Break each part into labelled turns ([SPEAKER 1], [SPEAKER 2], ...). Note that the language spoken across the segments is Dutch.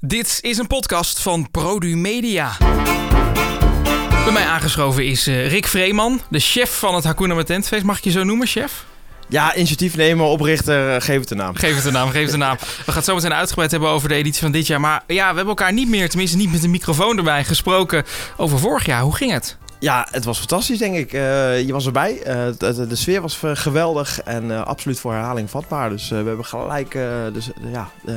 [SPEAKER 1] Dit is een podcast van Produ Media. Bij mij aangeschoven is eh, Rick Vreeman, de chef van het Hakuna Matentfeest. Mag ik je zo noemen, chef?
[SPEAKER 2] Ja, initiatief nemen, oprichter, eh, geef het een naam.
[SPEAKER 1] Geef het een naam, geef het een naam. We gaan het zo meteen uitgebreid hebben over de editie van dit jaar. Maar ja, we hebben elkaar niet meer, tenminste niet met een microfoon erbij, gesproken over vorig jaar. Hoe ging het?
[SPEAKER 2] Ja, het was fantastisch, denk ik. Eh, je was erbij. Eh, de, de- de sfeer was eh, geweldig en eh, absoluut voor herhaling vatbaar. Dus eh, we hebben gelijk eh, dus, eh, ja, eh,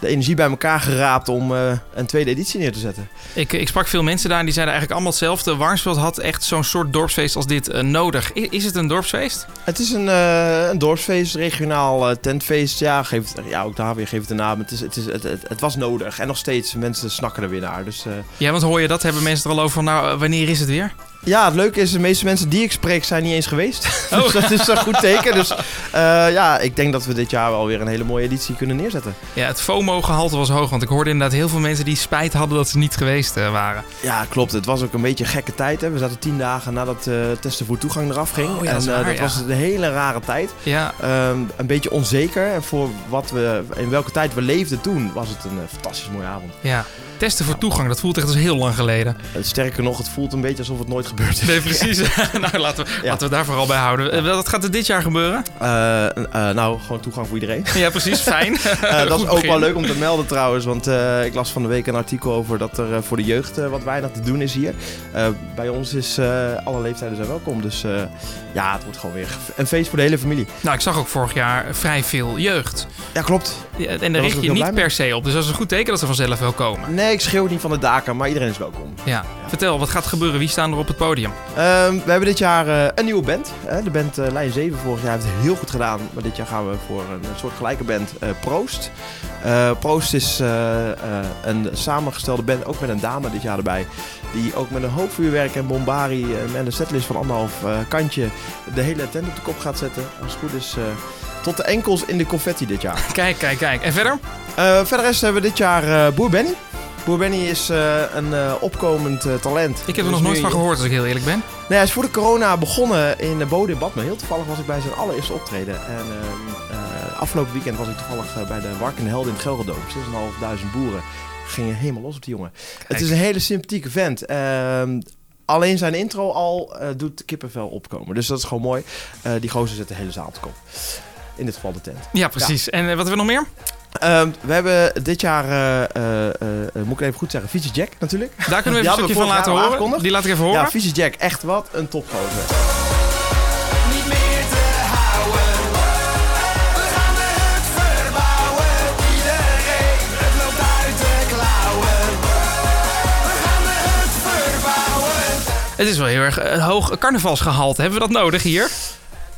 [SPEAKER 2] de energie bij elkaar geraapt om eh, een tweede editie neer te zetten.
[SPEAKER 1] Ik, ik sprak veel mensen daar en die zeiden eigenlijk allemaal hetzelfde. Warnsveld had echt zo'n soort dorpsfeest als dit eh, nodig. I- is het een dorpsfeest?
[SPEAKER 2] Het is een, eh, een dorpsfeest, regionaal eh, tentfeest. Ja, geef het, ja, ook daar weer geef het een naam. Het, is, het, is, het, het, het was nodig en nog steeds. Mensen snakken er weer naar. Dus eh,
[SPEAKER 1] Ja, want hoor je dat, hebben mensen er al over van, nou, eh, wanneer is het weer?
[SPEAKER 2] Ja, het leuke is, de meeste mensen die ik spreek zijn niet eens geweest.
[SPEAKER 1] Oh.
[SPEAKER 2] dus dat is een goed teken. Dus eh, ja, ik denk dat we dit jaar wel weer een hele mooie editie kunnen neerzetten.
[SPEAKER 1] Ja, het FOMO-gehalte was hoog, want ik hoorde inderdaad heel veel mensen die spijt hadden dat ze niet geweest eh, waren.
[SPEAKER 2] Ja, klopt. Het was ook een beetje een gekke tijd. Hè. We zaten tien dagen nadat eh testen voor toegang eraf ging.
[SPEAKER 1] Oh ja, dat
[SPEAKER 2] en
[SPEAKER 1] is
[SPEAKER 2] eh,
[SPEAKER 1] waar,
[SPEAKER 2] dat
[SPEAKER 1] ja.
[SPEAKER 2] was een hele rare tijd.
[SPEAKER 1] Ja,
[SPEAKER 2] Ehm, een beetje onzeker. En voor wat we, in welke tijd we leefden toen, was het een eh, fantastisch mooie avond.
[SPEAKER 1] ja. Testen voor toegang, dat voelt echt als heel lang geleden.
[SPEAKER 2] Eh, sterker nog, het voelt een beetje alsof het nooit gebeurd is.
[SPEAKER 1] Nee, precies. nou, laten we,
[SPEAKER 2] Ja.
[SPEAKER 1] laten we daar vooral bij houden. Eh, Dat gaat er dit jaar gebeuren.
[SPEAKER 2] Eh, eh, nou, gewoon toegang voor iedereen.
[SPEAKER 1] Ja, precies. Fijn.
[SPEAKER 2] Eh, dat is
[SPEAKER 1] Goed
[SPEAKER 2] ook wel
[SPEAKER 1] begin.
[SPEAKER 2] leuk om te melden trouwens, want eh, ik las van de week een artikel over dat er eh, voor de jeugd eh, wat weinig te doen is hier. Eh, bij ons is eh, alle leeftijden zijn welkom, dus eh, ja, het wordt gewoon weer een feest voor de hele familie.
[SPEAKER 1] Nou, ik zag ook vorig jaar vrij veel jeugd.
[SPEAKER 2] Ja, klopt.
[SPEAKER 1] Ja, En daar
[SPEAKER 2] was ik
[SPEAKER 1] richt
[SPEAKER 2] ook
[SPEAKER 1] je
[SPEAKER 2] heel
[SPEAKER 1] niet
[SPEAKER 2] blij mee.
[SPEAKER 1] per se op. Dus dat is een goed teken dat ze vanzelf wel komen.
[SPEAKER 2] Nee, ik schreeuw het niet van de daken, maar iedereen is welkom.
[SPEAKER 1] Ja. Vertel, wat gaat er gebeuren? Wie staan er op het podium?
[SPEAKER 2] Ehm, we hebben dit jaar eh, een nieuwe band. hè. de band eh, Lijn 7 vorig jaar heeft het heel goed gedaan. Maar dit jaar gaan we voor een, eh, soort gelijke band eh, Proost. Eh, Proost is eh, eh, een samengestelde band, ook met een dame dit jaar erbij. Die ook met een hoop vuurwerk en bombari eh, en een setlist van anderhalf eh, kantje de hele tent op de kop gaat zetten. Als het goed is eh, tot de enkels in de confetti dit jaar.
[SPEAKER 1] Kijk, kijk, kijk. En verder?
[SPEAKER 2] Eh, verder rest hebben we dit jaar eh, Boer Benny. Boer Benny is eh, een eh, opkomend eh, talent.
[SPEAKER 1] Ik heb er
[SPEAKER 2] Dus
[SPEAKER 1] nog nooit
[SPEAKER 2] nu-
[SPEAKER 1] van gehoord, als ik heel eerlijk ben.
[SPEAKER 2] Nee, hij Nou is voor de corona begonnen in de Bode in Badme. Heel toevallig was ik bij zijn allereerste optreden. En ehm, eh, afgelopen weekend was ik toevallig eh, bij de Warkende Helden in het Gelredome. 6.500 boeren gingen helemaal los op die jongen. Het is een hele sympathieke vent. Ehm, alleen zijn intro al eh, doet kippenvel opkomen. Dus dat is gewoon mooi. Eh, die gozer zet de hele zaal te kop. In dit geval de tent.
[SPEAKER 1] Ja, precies. En eh, wat hebben we nog meer?
[SPEAKER 2] Ehm, we hebben dit jaar, eh, eh, eh, eh, moet ik het even goed zeggen, Fietje Jack natuurlijk.
[SPEAKER 1] Daar kunnen we even
[SPEAKER 2] Die
[SPEAKER 1] een
[SPEAKER 2] hadden we
[SPEAKER 1] stukje van
[SPEAKER 2] vorig
[SPEAKER 1] laten
[SPEAKER 2] jaar al
[SPEAKER 1] horen.
[SPEAKER 2] aangekondigd.
[SPEAKER 1] Die laat ik even horen.
[SPEAKER 2] Ja, Fietje Jack. Echt wat een topgozer.
[SPEAKER 3] Niet meer te houden. We gaan de hut verbouwen. Iedereen, het loopt uit de klauwen. We gaan de hut verbouwen.
[SPEAKER 1] Het is wel heel erg eh, hoog carnavalsgehalte. Hebben we dat nodig hier?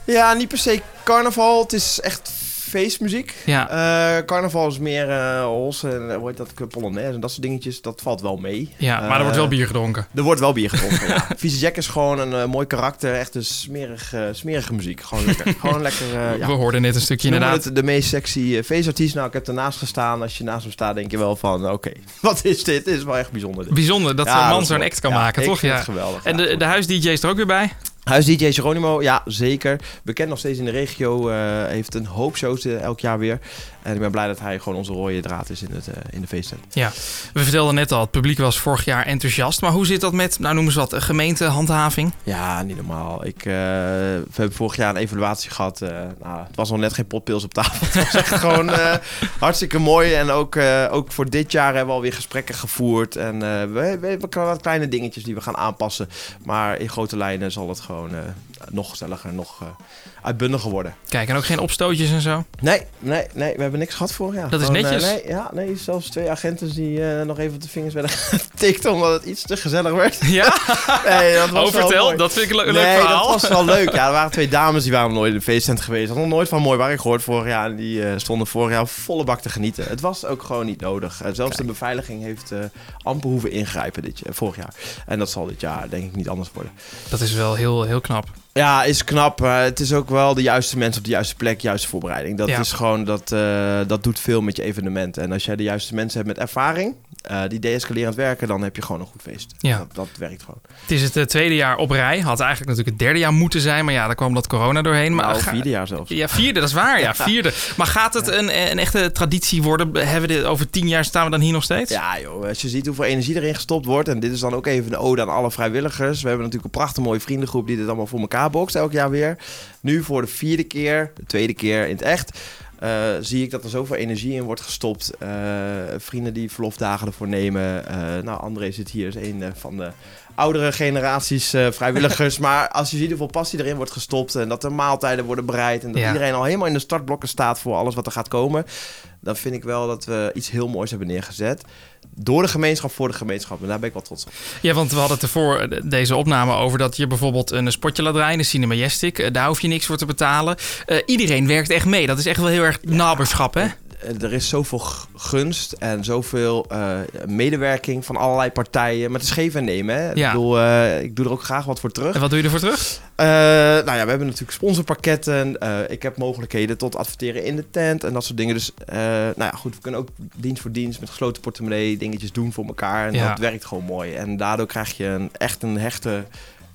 [SPEAKER 2] Ja, niet per se carnaval. Het is echt feestmuziek.
[SPEAKER 1] Ja.
[SPEAKER 2] Eh, carnaval is meer eh hols en eh, hoe heet dat, polonaise en dat soort dingetjes. Dat valt wel mee.
[SPEAKER 1] Ja, maar er wordt wel
[SPEAKER 2] Eh,
[SPEAKER 1] bier gedronken.
[SPEAKER 2] Er wordt wel bier gedronken, ja. Vieze Jack is gewoon een eh, mooi karakter. Echt een smerig, eh, smerige muziek. Gewoon lekker. gewoon lekker eh, ja.
[SPEAKER 1] We hoorden net een
[SPEAKER 2] Ze
[SPEAKER 1] stukje
[SPEAKER 2] noemen
[SPEAKER 1] inderdaad.
[SPEAKER 2] het de meest sexy eh, feestartiest. Nou, ik heb ernaast gestaan. Als je naast hem staat, denk je wel van... Oké, wat is dit? Dit is wel echt bijzonder. Dit.
[SPEAKER 1] Bijzonder dat
[SPEAKER 2] Ja,
[SPEAKER 1] een man
[SPEAKER 2] dat is
[SPEAKER 1] zo'n
[SPEAKER 2] mooi.
[SPEAKER 1] act kan
[SPEAKER 2] Ja,
[SPEAKER 1] maken,
[SPEAKER 2] ik
[SPEAKER 1] toch?
[SPEAKER 2] vind
[SPEAKER 1] Ja.
[SPEAKER 2] het geweldig.
[SPEAKER 1] En
[SPEAKER 2] Ja,
[SPEAKER 1] de, de huis-dj is er ook weer bij.
[SPEAKER 2] Huis DJ Geronimo, ja zeker. Bekend nog steeds in de regio. eh, heeft een hoop shows eh, elk jaar weer. En ik ben blij dat hij gewoon onze rode draad is in, het, eh, in de feesttent.
[SPEAKER 1] We vertelden net al, het publiek was vorig jaar enthousiast. Maar hoe zit dat met, nou noemen ze wat, eh, gemeentehandhaving?
[SPEAKER 2] Ja, niet normaal. Ik, eh, we hebben vorig jaar een evaluatie gehad. eh, nou, het was nog net geen potpils op tafel. Het was echt gewoon eh, hartstikke mooi. En ook, eh, ook voor dit jaar hebben we alweer gesprekken gevoerd. En eh, we, we hebben wat kleine dingetjes die we gaan aanpassen. Maar in grote lijnen zal het gewoon eh, nog gezelliger, nog eh, uitbundiger worden.
[SPEAKER 1] Kijk, en ook geen opstootjes en zo.
[SPEAKER 2] Nee, nee, nee, we hebben niks gehad vorig jaar.
[SPEAKER 1] Dat is
[SPEAKER 2] Gewoon, eh,
[SPEAKER 1] netjes.
[SPEAKER 2] nee, ja, nee, zelfs twee agenten die eh, nog even op de vingers werden getikt omdat het iets te gezellig werd.
[SPEAKER 1] Ja,
[SPEAKER 2] Nee, dat was
[SPEAKER 1] oh,
[SPEAKER 2] wel
[SPEAKER 1] vertel.
[SPEAKER 2] mooi.
[SPEAKER 1] Dat vind ik een le- leuk
[SPEAKER 2] nee,
[SPEAKER 1] verhaal.
[SPEAKER 2] dat was wel leuk. Ja, er waren twee dames die waren nooit in de feesttent geweest. Hadden nog nooit van mooi waar ik gehoord vorig jaar. En die eh, stonden vorig jaar volle bak te genieten. Het was ook gewoon niet nodig. Eh, zelfs de beveiliging heeft eh, amper hoeven ingrijpen dit, jaar- vorig jaar. En dat zal dit jaar denk ik niet anders worden.
[SPEAKER 1] Dat is wel heel, heel knap.
[SPEAKER 2] Ja, is knap. Eh, het is ook wel de juiste mensen op de juiste plek, juiste voorbereiding. Dat
[SPEAKER 1] Ja.
[SPEAKER 2] is gewoon, dat, eh, dat doet veel met je evenement. En als jij de juiste mensen hebt met ervaring, eh, eh, die deescalerend werken, dan heb je gewoon een goed feest.
[SPEAKER 1] Ja.
[SPEAKER 2] Dat, dat werkt gewoon.
[SPEAKER 1] Het is het eh, tweede jaar op rij. Had eigenlijk natuurlijk het derde jaar moeten zijn. Maar ja, daar kwam dat corona doorheen. Maar
[SPEAKER 2] Maar nou,
[SPEAKER 1] ga-
[SPEAKER 2] vierde jaar zelfs.
[SPEAKER 1] Ja, vierde, dat is waar. Ja, vierde. Maar gaat het een, een echte traditie worden? Hebben we dit, over tien jaar staan we dan hier nog steeds?
[SPEAKER 2] Ja, joh, als je ziet hoeveel energie erin gestopt wordt. En dit is dan ook even een ode aan alle vrijwilligers. We hebben natuurlijk een prachtig mooie vriendengroep die dit allemaal voor elkaar bokst elk jaar weer. Nu voor de vierde keer, de tweede keer in het echt. eh, zie ik dat er zoveel energie in wordt gestopt. Eh, vrienden die verlofdagen ervoor nemen. Eh, nou, André zit hier, is een eh, van de oudere generaties eh, vrijwilligers. maar als je ziet hoeveel passie erin wordt gestopt. En dat er maaltijden worden bereid. En dat
[SPEAKER 1] Ja.
[SPEAKER 2] iedereen al helemaal in de startblokken staat voor alles wat er gaat komen. Dan vind ik wel dat we iets heel moois hebben neergezet. Door de gemeenschap, voor de gemeenschap. En daar ben ik wel trots op.
[SPEAKER 1] Ja, want we hadden het ervoor eh, deze opname over dat je bijvoorbeeld een spotje laat rijden, een Cinemajestic. eh, Daar hoef je niks voor te betalen. Eh, iedereen werkt echt mee. Dat is echt wel heel erg naberschap, hè?
[SPEAKER 2] Eh, Er is zoveel g- gunst en zoveel eh, medewerking van allerlei partijen. Maar het is geven en nemen. Hè?
[SPEAKER 1] Ja.
[SPEAKER 2] Ik, bedoel, eh, ik doe er ook graag wat voor terug.
[SPEAKER 1] En wat doe je ervoor terug?
[SPEAKER 2] Eh, nou ja, we hebben natuurlijk sponsorpakketten. Eh, ik heb mogelijkheden tot adverteren in de tent en dat soort dingen. Dus eh, nou ja, goed, we kunnen ook dienst voor dienst met gesloten portemonnee dingetjes doen voor elkaar. En
[SPEAKER 1] Ja.
[SPEAKER 2] dat werkt gewoon mooi. En daardoor krijg je een, echt een hechte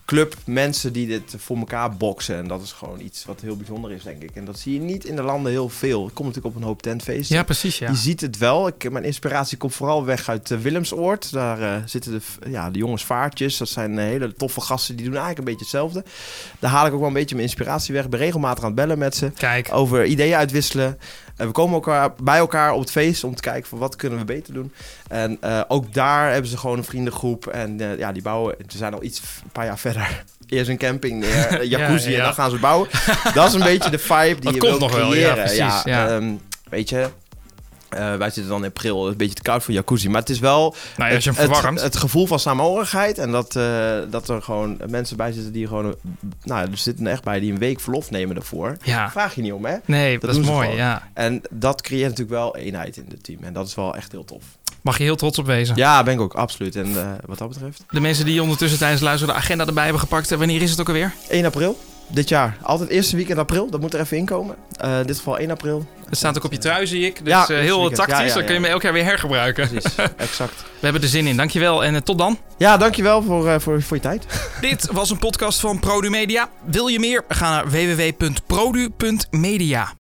[SPEAKER 2] club mensen die dit voor elkaar boksen. En dat is gewoon iets wat heel bijzonder is, denk ik. En dat zie je niet in de landen heel veel. Ik kom natuurlijk op een hoop tentfeesten.
[SPEAKER 1] Ja, precies. Ja.
[SPEAKER 2] Je ziet het wel. Ik, mijn inspiratie komt vooral weg uit eh, Willemsoord. Daar eh, zitten de, v- ja, de jongens vaartjes. Dat zijn eh, hele toffe gasten. Die doen eigenlijk een beetje hetzelfde. Daar haal ik ook wel een beetje mijn inspiratie weg. Ik ben regelmatig aan het bellen met ze.
[SPEAKER 1] Kijk. nou
[SPEAKER 2] Over ideeën uitwisselen. En we komen elkaar, bij elkaar op het feest om te kijken van wat kunnen we beter doen. En eh, ook daar hebben ze gewoon een vriendengroep. En eh, ja, die bouwen, ze zijn al iets, een paar jaar verder. Eerst een camping neer, een jacuzzi
[SPEAKER 1] ja.
[SPEAKER 2] en dan gaan ze bouwen. Dat is een beetje de vibe die
[SPEAKER 1] Dat
[SPEAKER 2] je
[SPEAKER 1] komt
[SPEAKER 2] wil
[SPEAKER 1] nog wel,
[SPEAKER 2] creëren.
[SPEAKER 1] ja, precies, ja.
[SPEAKER 2] ehm, weet je, eh, wij zitten dan in april, een beetje te koud voor jacuzzi. Maar het is wel
[SPEAKER 1] Nou ja, als je hem
[SPEAKER 2] het, het,
[SPEAKER 1] verwarmt.
[SPEAKER 2] het gevoel van samenhorigheid. En dat, eh, dat er gewoon mensen bij zitten die gewoon... Nou, er zitten er echt bij die een week verlof nemen daarvoor.
[SPEAKER 1] Ja.
[SPEAKER 2] Vraag je niet om, hè?
[SPEAKER 1] Nee, dat,
[SPEAKER 2] doen
[SPEAKER 1] is
[SPEAKER 2] ze
[SPEAKER 1] mooi.
[SPEAKER 2] gewoon.
[SPEAKER 1] Ja.
[SPEAKER 2] En dat creëert natuurlijk wel eenheid in het team. En dat is wel echt heel tof.
[SPEAKER 1] Mag je heel trots op wezen.
[SPEAKER 2] Ja, ben ik ook, absoluut. En eh, wat dat betreft...
[SPEAKER 1] De mensen die ondertussen tijdens het luisteren de agenda erbij hebben gepakt. eh, Wanneer is het ook alweer?
[SPEAKER 2] 1 april, dit jaar. Altijd eerste weekend april, dat moet er even inkomen. Eh, in dit geval 1 april.
[SPEAKER 1] Het staat ook op je trui, zie ik. Dus
[SPEAKER 2] Ja,
[SPEAKER 1] eh,
[SPEAKER 2] dit
[SPEAKER 1] heel
[SPEAKER 2] weekend. Ja,
[SPEAKER 1] tactisch.
[SPEAKER 2] ja,
[SPEAKER 1] Dan kun je
[SPEAKER 2] ja.
[SPEAKER 1] hem elk jaar weer hergebruiken.
[SPEAKER 2] Precies, exact.
[SPEAKER 1] We hebben er zin in. Dankjewel en eh, tot dan.
[SPEAKER 2] Ja, dankjewel voor, eh voor, voor je tijd.
[SPEAKER 1] Dit was een podcast van Produ Media. Wil je meer? Ga naar www.produ.media.